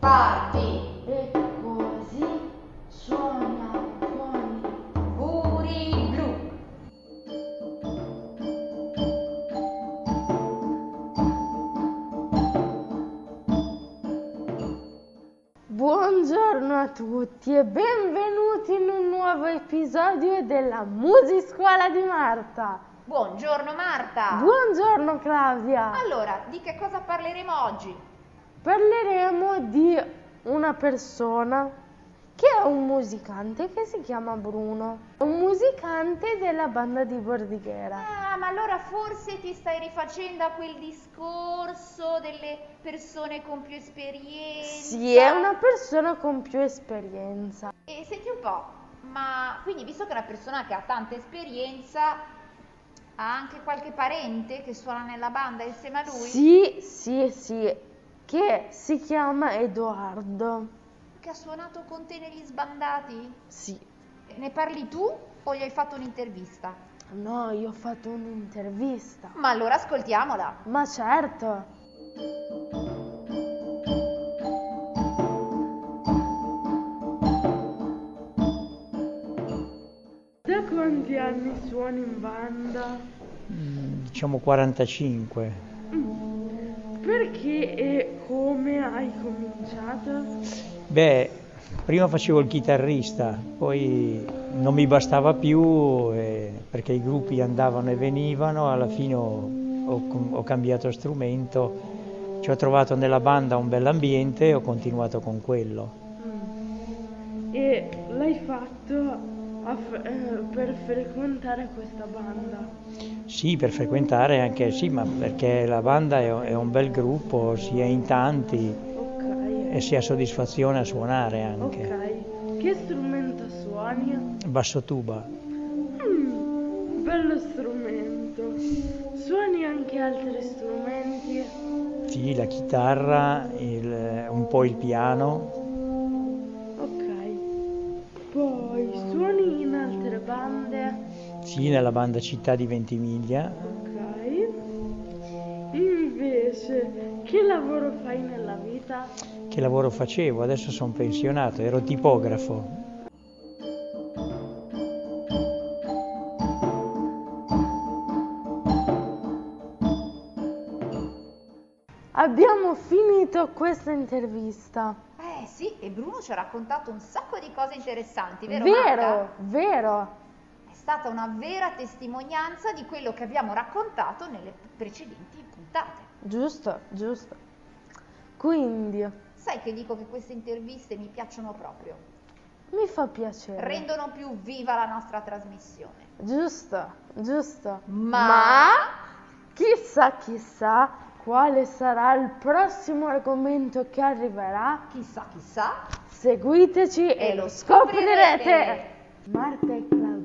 tardi. E così suona con i Guri blu. Buongiorno a tutti e benvenuti in un nuovo episodio della Musiscuola di Marta. Buongiorno Marta. Buongiorno Claudia. Allora, di che cosa parleremo oggi? Parleremo di una persona che è un musicante che si chiama Bruno, un musicante della banda di Bordighera. Ah, ma allora forse ti stai rifacendo a quel discorso delle persone con più esperienza. Sì, è una persona con più esperienza. E senti un po', ma quindi visto che è una persona che ha tanta esperienza, ha anche qualche parente che suona nella banda insieme a lui? Sì, sì, sì, che si chiama Edoardo. Che ha suonato con te negli sbandati? Sì, Ne parli tu o gli hai fatto un'intervista? no, io ho fatto un'intervista. Ma allora ascoltiamola. Ma certo. Da quanti anni suoni in banda? Mm, diciamo 45. Perché e come hai cominciato? Beh, prima facevo il chitarrista, poi non mi bastava più eh, perché i gruppi andavano e venivano, alla fine ho, ho com- ho cambiato strumento, ci ho trovato nella banda un bell'ambiente e ho continuato con quello. Mm. E l'hai fatto a f- eh, per frequentare questa banda? Sì, per frequentare anche, sì, ma perché la banda è, è un bel gruppo, si è in tanti e Ok, si ha soddisfazione a suonare Eh anche. ok. Che strumento suoni? Basso tuba. Mm, bello strumento. Suoni anche altri strumenti? Sì, la chitarra, il- un po' il piano. Ok. Poi suoni in altre bande? Sì, nella banda Città di Ventimiglia. Ok. Invece, che lavoro fai nella vita? Che lavoro facevo? Adesso sono pensionato, ero tipografo. Abbiamo finito questa intervista. Eh sì, e Bruno ci ha raccontato un sacco di cose interessanti, vero? Vero, Marta? vero. È stata una vera testimonianza di quello che abbiamo raccontato nelle precedenti puntate. Giusto, giusto. Quindi, Sai che dico che queste interviste mi piacciono proprio, mi fa piacere. rendono più viva la nostra trasmissione. Giusto, giusto. Ma- chissà, chissà quale sarà il prossimo argomento che arriverà. Chissà, chissà, Seguiteci e, E lo lo scoprirete. Marta e Claudia.